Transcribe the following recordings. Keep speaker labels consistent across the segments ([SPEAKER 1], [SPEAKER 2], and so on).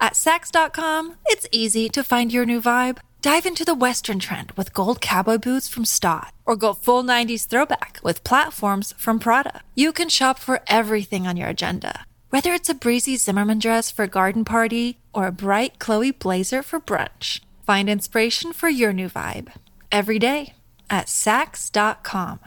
[SPEAKER 1] At Sax.com, it's easy to find your new vibe. Dive into the Western trend with gold cowboy boots from Stott, or go full 90s throwback with platforms from Prada. You can shop for everything on your agenda, whether it's a breezy Zimmerman dress for a garden party or a bright Chloe blazer for brunch. Find inspiration for your new vibe every day at Sax.com.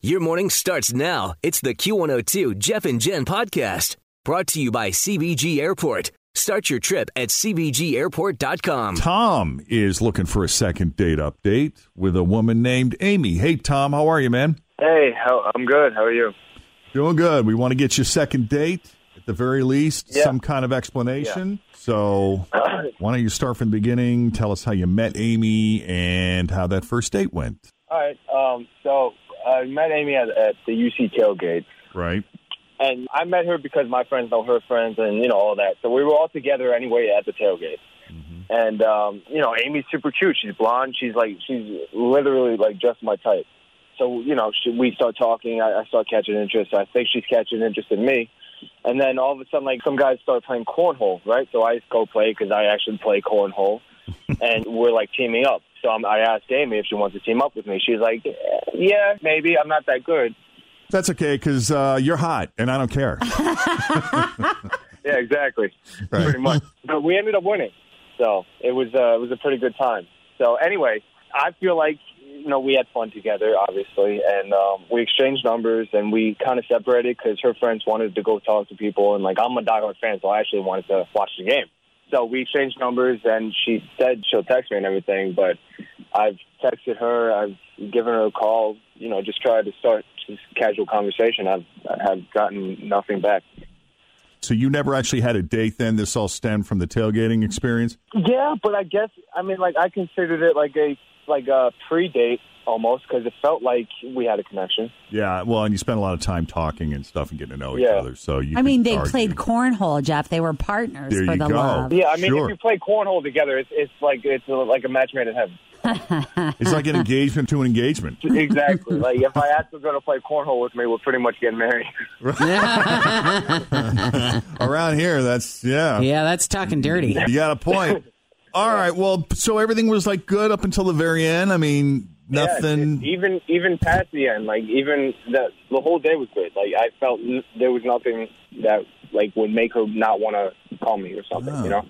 [SPEAKER 2] Your morning starts now. It's the Q102 Jeff and Jen podcast brought to you by CBG Airport. Start your trip at CBGAirport.com.
[SPEAKER 3] Tom is looking for a second date update with a woman named Amy. Hey, Tom, how are you, man?
[SPEAKER 4] Hey, how, I'm good. How are you?
[SPEAKER 3] Doing good. We want to get you a second date at the very least,
[SPEAKER 4] Yeah.
[SPEAKER 3] some kind of explanation. So, why don't you start from the beginning? Tell us how you met Amy and how that first date went.
[SPEAKER 4] All right. Um, so I met Amy at, at the UC tailgate,
[SPEAKER 3] Right.
[SPEAKER 4] and I met her because my friends know her friends, and you know all that. So we were all together anyway at the tailgate. And um, you know, Amy's super cute. She's blonde. She's like she's literally like just my type. So you know, she, we start talking. I, I start catching interest. I think she's catching interest in me. And then all of a sudden, like some guys start playing cornhole, right? So I just go play because I actually play cornhole, and we're like teaming up. So I'm, I asked Amy if she wants to team up with me. She's like, "Yeah, maybe. I'm not that good."
[SPEAKER 3] That's okay because uh, you're hot and I don't care.
[SPEAKER 4] Yeah, exactly.
[SPEAKER 3] Right.
[SPEAKER 4] Pretty much. But we ended up winning, so it was uh, it was a pretty good time. So anyway, I feel like you know we had fun together, obviously, and um, we exchanged numbers and we kind of separated because her friends wanted to go talk to people, and like I'm a diehard fan, so I actually wanted to watch the game. So we exchanged numbers, and she said she'll text me and everything. But I've texted her, I've given her a call, you know, just tried to start just casual conversation. I've I've gotten nothing back.
[SPEAKER 3] so, you never actually had a date then? This all stemmed from the tailgating experience?
[SPEAKER 4] Yeah, but I guess I mean like I considered it like a like a pre-date almost because it felt like we had a connection.
[SPEAKER 3] Yeah. Well, and you spent a lot of time talking and stuff and getting to know each
[SPEAKER 4] Yeah.
[SPEAKER 3] other. So, you
[SPEAKER 5] I mean,
[SPEAKER 3] could
[SPEAKER 5] they
[SPEAKER 3] argue.
[SPEAKER 5] played cornhole, Jeff. They were partners
[SPEAKER 3] There
[SPEAKER 5] for
[SPEAKER 3] you
[SPEAKER 5] the
[SPEAKER 3] go.
[SPEAKER 5] love.
[SPEAKER 4] Yeah, I mean
[SPEAKER 3] Sure.
[SPEAKER 4] if you play cornhole together, it's it's like it's like a match made in heaven.
[SPEAKER 3] It's like an engagement to an engagement.
[SPEAKER 4] Exactly. like if I asked her to go to play cornhole with me, we're pretty much getting married.
[SPEAKER 3] Around here, that's, yeah.
[SPEAKER 6] Yeah, that's talking dirty.
[SPEAKER 3] You got a point. All right. Well, so everything was like good up until the very end. I mean,
[SPEAKER 4] Yeah, e-,
[SPEAKER 3] nothing.
[SPEAKER 4] even even past the end, like even the the whole day was good. Like I felt n- there was nothing that like would make her not want to call me or something. You know.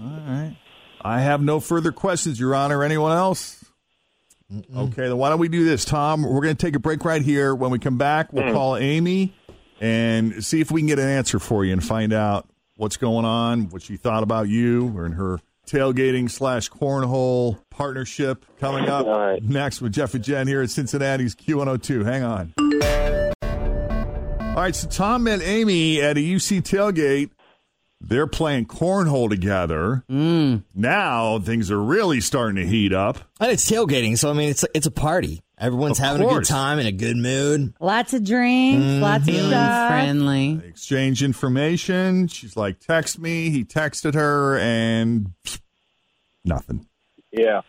[SPEAKER 3] All right. I have no further questions, Your Honor. Anyone else? Okay. Then why don't we do this, Tom? We're going to take a break right here. When we come back,
[SPEAKER 4] Mm.
[SPEAKER 3] we'll call Amy and see if we can get an answer for you and find out what's going on, what she thought about you or in her tailgating slash cornhole partnership coming up
[SPEAKER 4] All right.
[SPEAKER 3] next with Jeff and Jen here at Cincinnati's Q102. Hang on. All right, so Tom met Amy at a UC tailgate. They're playing cornhole together. Now things are really starting to heat up.
[SPEAKER 7] And it's tailgating, so I mean, it's it's a party. Everyone's
[SPEAKER 3] Of
[SPEAKER 7] having a good
[SPEAKER 3] course.
[SPEAKER 7] time in a good mood.
[SPEAKER 5] Lots of drinks,
[SPEAKER 3] Mm-hmm.
[SPEAKER 5] lots of
[SPEAKER 6] Feeling
[SPEAKER 5] stuff.
[SPEAKER 3] They
[SPEAKER 6] friendly.
[SPEAKER 3] exchange information. She's like, text me. He texted her, and nothing.
[SPEAKER 4] Yeah.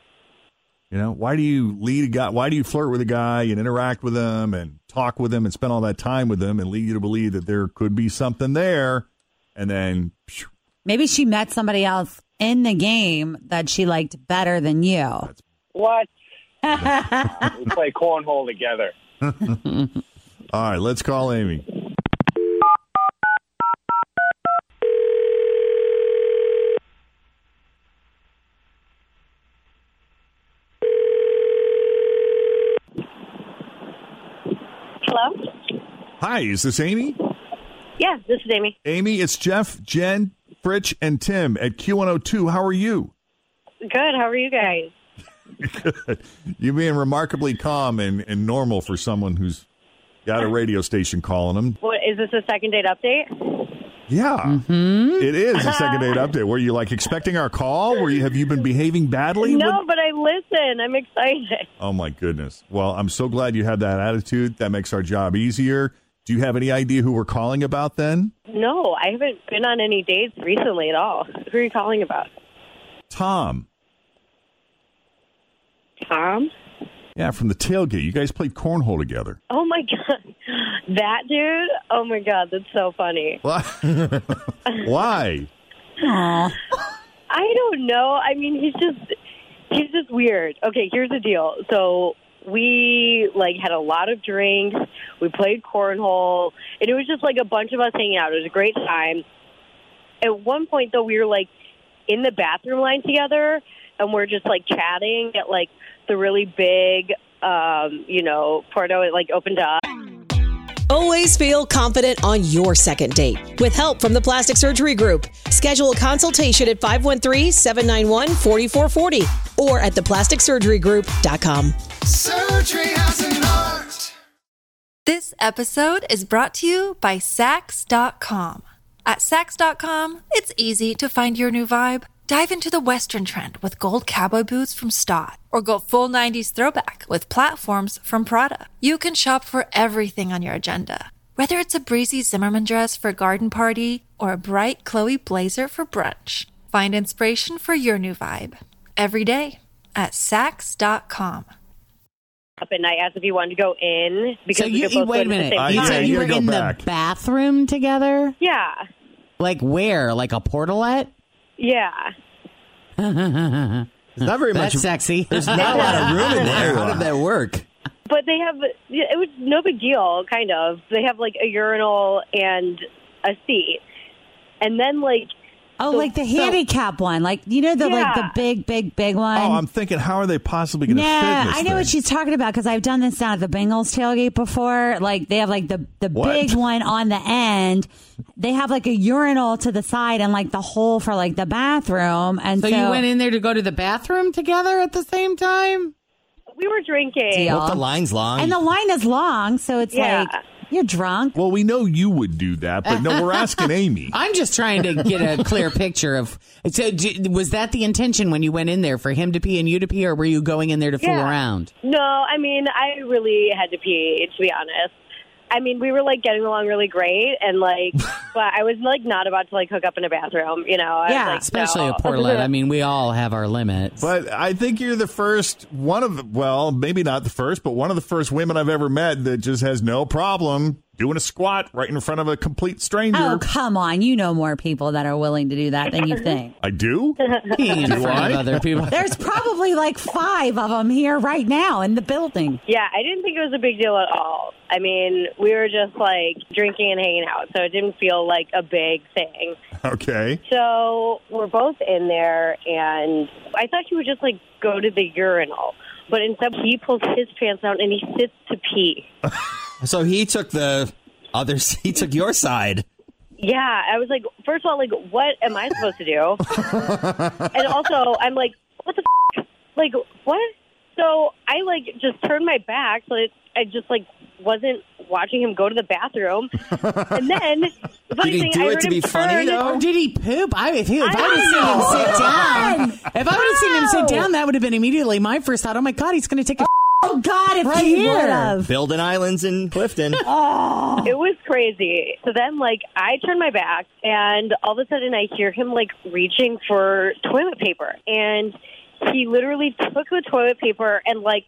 [SPEAKER 3] You know, why do you lead a guy? Why do you flirt with a guy and interact with him and talk with him and spend all that time with him and lead you to believe that there could be something there? And then, phew,
[SPEAKER 5] Maybe she met somebody else in the game that she liked better than you.
[SPEAKER 4] What? we play cornhole together.
[SPEAKER 3] all right, let's call Amy.
[SPEAKER 8] Hello?
[SPEAKER 3] Hi, is this Amy?
[SPEAKER 8] Yeah, this is Amy.
[SPEAKER 3] Amy, it's Jeff, Jen, Fritch, and Tim at Q102. How are you?
[SPEAKER 8] Good. How are you guys?
[SPEAKER 3] You being remarkably calm and, and normal for someone who's got a radio station calling them.
[SPEAKER 8] What is this a second date update?
[SPEAKER 3] Yeah, It is a second date update. Were you like expecting our call? Were you have you been behaving badly?
[SPEAKER 8] No, but I listen. I'm excited.
[SPEAKER 3] Oh my goodness. Well, I'm so glad you had that attitude. That makes our job easier. Do you have any idea who we're calling about then?
[SPEAKER 8] No, I haven't been on any dates recently at all. Who are you calling about?
[SPEAKER 3] Tom.
[SPEAKER 8] Tom?
[SPEAKER 3] Yeah, from the tailgate. You guys played cornhole together.
[SPEAKER 8] Oh my god, that dude! Oh my god, that's so funny.
[SPEAKER 3] Why? Why?
[SPEAKER 5] Aw.
[SPEAKER 8] I don't know. I mean, he's just he's just weird. Okay, here's the deal. So we like had a lot of drinks. We played cornhole, and it was just like a bunch of us hanging out. It was a great time. At one point, though, we were like in the bathroom line together, and we're just like chatting at like the really big, um, you know, Porto. It like opened up.
[SPEAKER 6] Always feel confident on your second date. With help from the Plastic Surgery Group, schedule a consultation at 513-791-4440 or at theplasticsurgerygroup.com.
[SPEAKER 9] Surgery has an art.
[SPEAKER 1] This episode is brought to you by Sax.com. At Sax.com, it's easy to find your new vibe. Dive into the Western trend with gold cowboy boots from Stott, or go full 90s throwback with platforms from Prada. You can shop for everything on your agenda, whether it's a breezy Zimmerman dress for a garden party or a bright Chloe blazer for brunch. Find inspiration for your new vibe every day at Sax.com.
[SPEAKER 8] up and I asked if he wanted to go in
[SPEAKER 5] So
[SPEAKER 8] because we
[SPEAKER 5] you,
[SPEAKER 8] could both
[SPEAKER 5] wait a
[SPEAKER 8] go to the
[SPEAKER 5] minute.
[SPEAKER 8] same
[SPEAKER 3] I-
[SPEAKER 5] you
[SPEAKER 3] yeah,
[SPEAKER 5] said
[SPEAKER 8] time.
[SPEAKER 3] you
[SPEAKER 5] you were
[SPEAKER 3] gotta go
[SPEAKER 5] in
[SPEAKER 3] back.
[SPEAKER 5] the bathroom together?
[SPEAKER 8] Yeah,
[SPEAKER 6] Like where? Like a portalette?
[SPEAKER 8] yeah.
[SPEAKER 7] There's not very
[SPEAKER 6] That's
[SPEAKER 7] much.
[SPEAKER 6] sexy.
[SPEAKER 7] There's not a lot of room in there. How did that work?
[SPEAKER 8] But they have yeah, it was no big deal, kind of. They have like a urinal and a seat, and then like
[SPEAKER 5] Oh, like the handicap one, like you know the like the
[SPEAKER 8] Yeah.
[SPEAKER 5] big, big, big one.
[SPEAKER 3] Oh, I'm thinking, how are they possibly going to fit?
[SPEAKER 5] yeah,
[SPEAKER 3] in this
[SPEAKER 5] I know
[SPEAKER 3] thing?
[SPEAKER 5] what she's talking about because I've done this down at the Bengals tailgate before. Like they have like the the
[SPEAKER 3] What?
[SPEAKER 5] big one on the end. They have like a urinal to the side and like the hole for like the bathroom. And so,
[SPEAKER 6] you went in there to go to the bathroom together at the same time?
[SPEAKER 8] we were drinking.
[SPEAKER 5] Deal.
[SPEAKER 7] Well, if the line's long.
[SPEAKER 5] and the line is long, so it's
[SPEAKER 8] Yeah.
[SPEAKER 5] like you're drunk.
[SPEAKER 3] Well, we know you would do that, but no, we're asking Amy.
[SPEAKER 6] I'm just trying to get a clear picture of. So, d- was that the intention when you went in there for him to pee and you to pee, or were you going in there to fool
[SPEAKER 8] Yeah.
[SPEAKER 6] around?
[SPEAKER 8] No, I mean I really had to pee to be honest. I mean we were like getting along really great, and like, but I was like not about to like hook up in a bathroom, you know. I was
[SPEAKER 5] Yeah,
[SPEAKER 8] like,
[SPEAKER 6] Especially
[SPEAKER 8] no.
[SPEAKER 6] a portalette. I mean, we all have our limits.
[SPEAKER 3] But I think you're the first one of the, well, maybe not the first, but one of the first women I've ever met that just has no problem doing a squat right in front of a complete stranger.
[SPEAKER 5] Oh come on, you know more people that are willing to do that than you think.
[SPEAKER 3] I do.
[SPEAKER 6] peeing in front
[SPEAKER 3] I?
[SPEAKER 6] of other people.
[SPEAKER 5] There's probably like five of them here right now in the building.
[SPEAKER 8] Yeah, I didn't think it was a big deal at all. I mean, we were just like drinking and hanging out, so it didn't feel like a big thing.
[SPEAKER 3] okay.
[SPEAKER 8] So we're both in there, and I thought he would just like go to the urinal, but instead he pulls his pants down and he sits to pee.
[SPEAKER 7] so he took the other. He took your side.
[SPEAKER 8] Yeah, I was like, first of all, like, what am I supposed to do? and also, I'm like, what the f-? like what? So I like just turned my back, so it, I just like wasn't watching him go to the bathroom, and then the funny
[SPEAKER 7] Did he
[SPEAKER 8] thing,
[SPEAKER 7] do
[SPEAKER 8] I
[SPEAKER 7] it
[SPEAKER 8] heard
[SPEAKER 7] to
[SPEAKER 8] him
[SPEAKER 7] be funny,
[SPEAKER 8] turn-
[SPEAKER 7] though?
[SPEAKER 6] Or did he poop? I if, he, if I,
[SPEAKER 8] I
[SPEAKER 6] would have
[SPEAKER 5] Oh,
[SPEAKER 6] seen him sit down, if I would have seen him sit
[SPEAKER 5] No.
[SPEAKER 6] down, that would have been immediately my first thought. Oh my god, he's going to take a.
[SPEAKER 5] Oh God, if
[SPEAKER 6] Right
[SPEAKER 5] you
[SPEAKER 6] here.
[SPEAKER 5] would have. Oh.
[SPEAKER 7] Building islands in Clifton.
[SPEAKER 8] It was crazy. So then, like, I turn my back, and all of a sudden, I hear him like reaching for toilet paper, and he literally took the toilet paper and like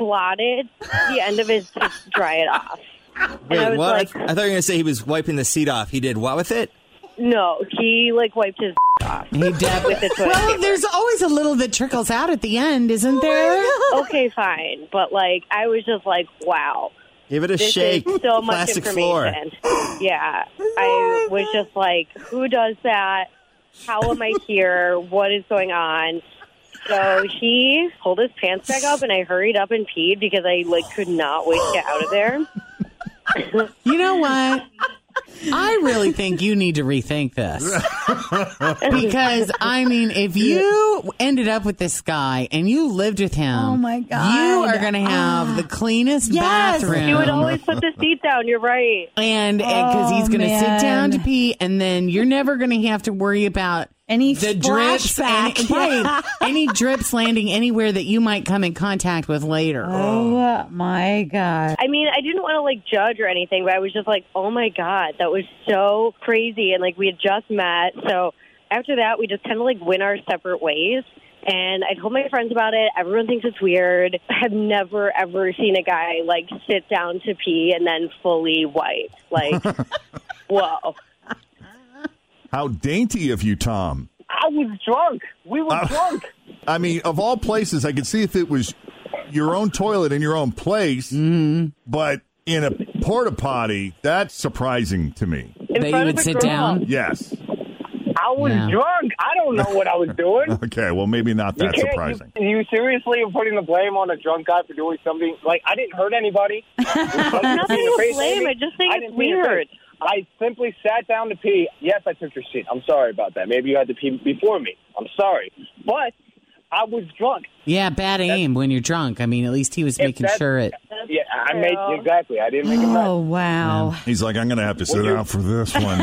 [SPEAKER 8] blotted the end of his to dry it off. and
[SPEAKER 7] Wait,
[SPEAKER 8] I was
[SPEAKER 7] what? I
[SPEAKER 8] like,
[SPEAKER 7] th- I thought you were gonna say he was wiping the seat off. He did what with it?
[SPEAKER 8] no, he like wiped his
[SPEAKER 6] He did.
[SPEAKER 8] with the toilet
[SPEAKER 6] Well,
[SPEAKER 8] paper.
[SPEAKER 6] there's always a little that trickles out at the end,
[SPEAKER 5] Oh,
[SPEAKER 6] isn't there?
[SPEAKER 8] Okay, fine, but like, I was just like, wow.
[SPEAKER 7] Give it a
[SPEAKER 8] This
[SPEAKER 7] shake.
[SPEAKER 8] is so much
[SPEAKER 7] Plastic floor.
[SPEAKER 8] information. Yeah. I was just like, who does that? How am I here? What is going on? So he pulled his pants back up and I hurried up and peed because I like could not wait to get out of there.
[SPEAKER 6] You know what?
[SPEAKER 10] I really think you need to rethink this. because, I mean, if you ended up with this guy and you lived with him,
[SPEAKER 8] Oh, my God.
[SPEAKER 10] you are going to have the cleanest bathroom.
[SPEAKER 8] He would always put the seat down. You're right.
[SPEAKER 10] And because he's going to sit down to
[SPEAKER 8] Oh, man.
[SPEAKER 10] pee, and then you're never going to have to worry about any the drips, and,
[SPEAKER 5] splashback.
[SPEAKER 10] right, any drips landing anywhere that you might come in contact with later.
[SPEAKER 8] Uh,
[SPEAKER 5] Oh my god!
[SPEAKER 8] I mean, I didn't want to like judge or anything, but I was just like, oh my God, that was so crazy. And like, we had just met. So after that, we just kind of like went our separate ways. And I told my friends about it. Everyone thinks it's weird. I've never, ever seen a guy like sit down to pee and then fully wipe. Like, whoa.
[SPEAKER 3] How dainty of you, Tom.
[SPEAKER 4] I was drunk. We were drunk.
[SPEAKER 3] I mean, of all places, I could see if it was your own toilet in your own place,
[SPEAKER 4] Mm-hmm.
[SPEAKER 3] but in a porta potty, that's surprising to me.
[SPEAKER 4] In That you front would of a sit girl. down?
[SPEAKER 3] Yes.
[SPEAKER 4] I was
[SPEAKER 3] Yeah.
[SPEAKER 4] drunk. I don't know what I was doing.
[SPEAKER 3] Okay, well, maybe not that
[SPEAKER 4] you can't-
[SPEAKER 3] surprising.
[SPEAKER 4] You, you seriously are putting the blame on a drunk guy for doing something? Like, I didn't hurt anybody.
[SPEAKER 8] Nothing to blame. I just think
[SPEAKER 4] I
[SPEAKER 8] it's
[SPEAKER 4] didn't pee in your
[SPEAKER 8] weird.
[SPEAKER 4] face. I simply sat down to pee. Yes, I took your seat. I'm sorry about that. Maybe you had to pee before me. I'm sorry. But I was drunk.
[SPEAKER 10] Yeah, bad aim when you're drunk. I mean, at least he was making
[SPEAKER 4] That-
[SPEAKER 10] sure it.
[SPEAKER 4] Yeah, I made exactly. I didn't make a mess.
[SPEAKER 8] Oh,
[SPEAKER 5] Oh, wow!
[SPEAKER 3] He's like, I'm going to have to sit down for this one.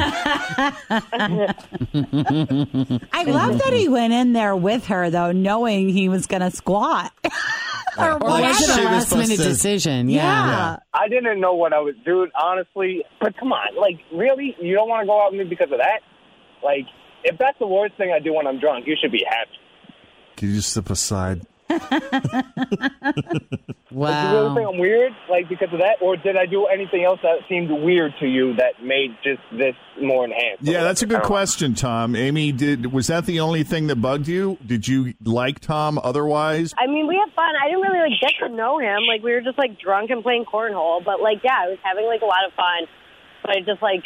[SPEAKER 5] I love that he went in there with her though, knowing he was going to squat.
[SPEAKER 10] Or was it
[SPEAKER 4] She
[SPEAKER 10] a
[SPEAKER 4] was
[SPEAKER 10] last minute
[SPEAKER 4] supposed to-
[SPEAKER 10] decision? Yeah.
[SPEAKER 4] I didn't know what I was doing, honestly. But come on, like, really? You don't want to go out with me because of that? Like, if that's the worst thing I do when I'm drunk, you should be happy.
[SPEAKER 3] Can you just step aside?
[SPEAKER 4] Like, do you really think I'm weird, like, because of that? Or did I do anything else that seemed weird to you that made just this more enhanced?
[SPEAKER 3] Yeah, that's a
[SPEAKER 4] I
[SPEAKER 3] good
[SPEAKER 4] don't know.
[SPEAKER 3] question, Tom. Amy, did was that the only thing that bugged you? Did you like Tom otherwise?
[SPEAKER 8] I mean, we had fun. I didn't really like get to know him. Like we were just like drunk and playing cornhole, but like yeah, I was having like a lot of fun. But I just like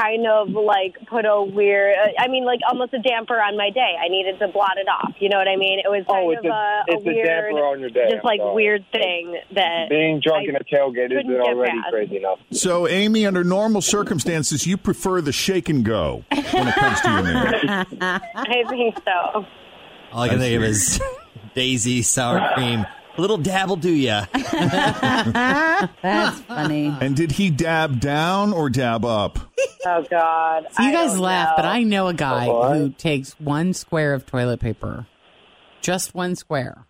[SPEAKER 8] kind of like put a weird. uh, I mean, like almost a damper on my day. I needed to blot it off. You know what I mean? It was kind
[SPEAKER 4] Oh, it's
[SPEAKER 8] of
[SPEAKER 4] a-
[SPEAKER 8] a,
[SPEAKER 4] it's a
[SPEAKER 8] weird,
[SPEAKER 4] damper on your day, I'm
[SPEAKER 8] just like
[SPEAKER 4] sorry.
[SPEAKER 8] weird thing that
[SPEAKER 4] Being drunk
[SPEAKER 8] I
[SPEAKER 4] in a tailgate
[SPEAKER 8] couldn't
[SPEAKER 4] isn't
[SPEAKER 8] get
[SPEAKER 4] already
[SPEAKER 8] past.
[SPEAKER 4] crazy enough.
[SPEAKER 3] So, Amy, under normal circumstances, you prefer the shake and go when it comes to your marriage.
[SPEAKER 8] I think so.
[SPEAKER 7] All I can think of is Daisy sour cream. A little dabble, do ya?
[SPEAKER 5] That's funny.
[SPEAKER 3] And did he dab down or dab up?
[SPEAKER 8] Oh God!
[SPEAKER 10] So you
[SPEAKER 8] I
[SPEAKER 10] guys
[SPEAKER 8] don't
[SPEAKER 10] laugh,
[SPEAKER 8] know.
[SPEAKER 10] but I know a guy who takes one square of toilet paper, just one square,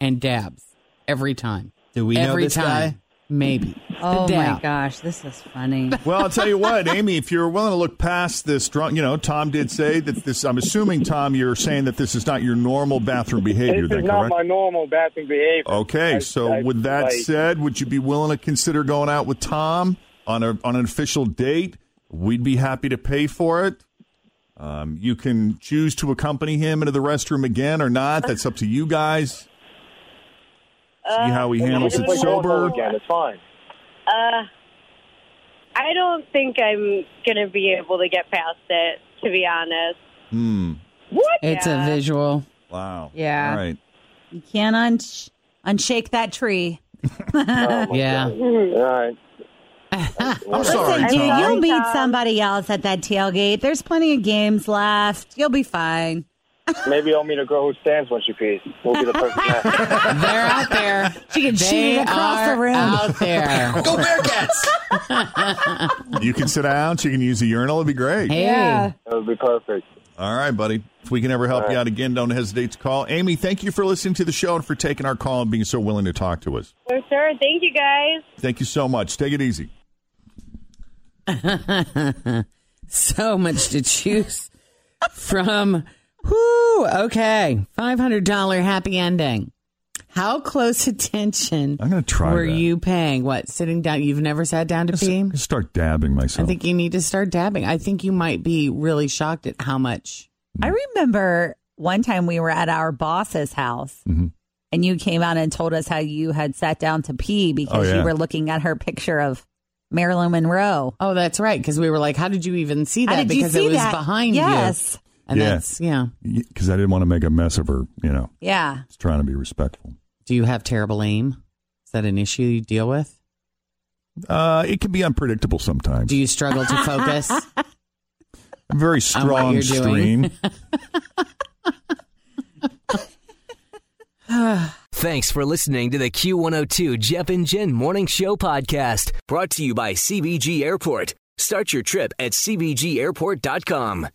[SPEAKER 10] and dabs every time.
[SPEAKER 7] Do we know
[SPEAKER 10] every
[SPEAKER 7] this
[SPEAKER 10] time.
[SPEAKER 7] guy?
[SPEAKER 10] Maybe.
[SPEAKER 5] Oh
[SPEAKER 10] The
[SPEAKER 5] my
[SPEAKER 10] dab.
[SPEAKER 5] gosh, this is funny.
[SPEAKER 3] Well, I'll tell you what, Amy, if you're willing to look past this drunk, you know, Tom did say that this, I'm assuming, Tom, you're saying that this is not your normal bathroom behavior,
[SPEAKER 4] This
[SPEAKER 3] then,
[SPEAKER 4] is not
[SPEAKER 3] correct?
[SPEAKER 4] my normal bathroom behavior.
[SPEAKER 3] Okay,
[SPEAKER 4] I-
[SPEAKER 3] so
[SPEAKER 4] I-
[SPEAKER 3] with that
[SPEAKER 4] like,
[SPEAKER 3] said, would you be willing to consider going out with Tom on a on an official date? We'd be happy to pay for it. Um, you can choose to accompany him into the restroom again or not. That's up to you guys. See how he
[SPEAKER 8] Uh,
[SPEAKER 3] handles
[SPEAKER 8] I
[SPEAKER 3] it
[SPEAKER 8] don't know.
[SPEAKER 3] sober.
[SPEAKER 4] Again, it's fine.
[SPEAKER 8] Uh, I don't think I'm gonna be able to get past it. To be honest.
[SPEAKER 3] Hmm.
[SPEAKER 8] What?
[SPEAKER 10] It's a visual.
[SPEAKER 3] Oh Wow.
[SPEAKER 5] Yeah.
[SPEAKER 3] All right.
[SPEAKER 5] You can't unsh- unshake that tree.
[SPEAKER 10] yeah.
[SPEAKER 4] All right.
[SPEAKER 3] I'm sorry,
[SPEAKER 5] Listen, dude,
[SPEAKER 3] Tom.
[SPEAKER 5] you'll meet
[SPEAKER 8] Tom.
[SPEAKER 5] somebody else at that tailgate. There's plenty of games left. You'll be fine.
[SPEAKER 4] Maybe I'll meet a girl who stands when she pees. We'll be the perfect match.
[SPEAKER 10] They're out there.
[SPEAKER 5] She can shoot
[SPEAKER 10] They
[SPEAKER 5] it across
[SPEAKER 10] are
[SPEAKER 5] the room.
[SPEAKER 10] out there.
[SPEAKER 7] Go Bearcats!
[SPEAKER 3] You can sit down. You can use the urinal. It'd be great.
[SPEAKER 10] Hey.
[SPEAKER 5] Yeah.
[SPEAKER 4] It would be perfect.
[SPEAKER 3] All right, buddy. If we can ever help you out again, don't hesitate to call. Amy, thank you for listening to the show and for taking our call and being so willing to talk to us.
[SPEAKER 8] For sure. Thank you guys.
[SPEAKER 3] Thank you so much. Take it easy.
[SPEAKER 10] so much to choose from. Whoo, okay. $500 happy ending. How close attention
[SPEAKER 3] I'm gonna try
[SPEAKER 10] were
[SPEAKER 3] that.
[SPEAKER 10] you paying? What, sitting down? You've never sat down to pee?
[SPEAKER 3] Just start dabbing
[SPEAKER 10] I
[SPEAKER 3] myself.
[SPEAKER 10] think you need to start dabbing. I think you might be really shocked at how much.
[SPEAKER 5] I remember one time we were at our boss's house
[SPEAKER 3] Mm-hmm.
[SPEAKER 5] and you came out and told us how you had sat down to pee because
[SPEAKER 3] Oh, yeah.
[SPEAKER 5] you were looking at her picture of Marilyn Monroe.
[SPEAKER 10] Oh, that's right. Because we were like, how did you even see
[SPEAKER 5] How
[SPEAKER 10] that?
[SPEAKER 5] did you
[SPEAKER 10] because
[SPEAKER 5] see
[SPEAKER 10] it was
[SPEAKER 5] that?
[SPEAKER 10] behind
[SPEAKER 5] Yes.
[SPEAKER 10] you. And
[SPEAKER 3] Yeah.
[SPEAKER 10] that's, yeah.
[SPEAKER 3] because I didn't want to make a mess of her. You know,
[SPEAKER 5] Yeah.
[SPEAKER 3] just trying to be respectful.
[SPEAKER 10] Do you have terrible aim? Is that an issue you deal with?
[SPEAKER 3] Uh, it can be unpredictable sometimes.
[SPEAKER 10] Do you struggle to focus?
[SPEAKER 3] Very
[SPEAKER 10] on what
[SPEAKER 3] strong
[SPEAKER 10] you're
[SPEAKER 3] stream.
[SPEAKER 10] doing?
[SPEAKER 2] Thanks for listening to the Q102 Jeff and Jen Morning Show podcast, brought to you by CBG Airport. Start your trip at CBGAirport.com.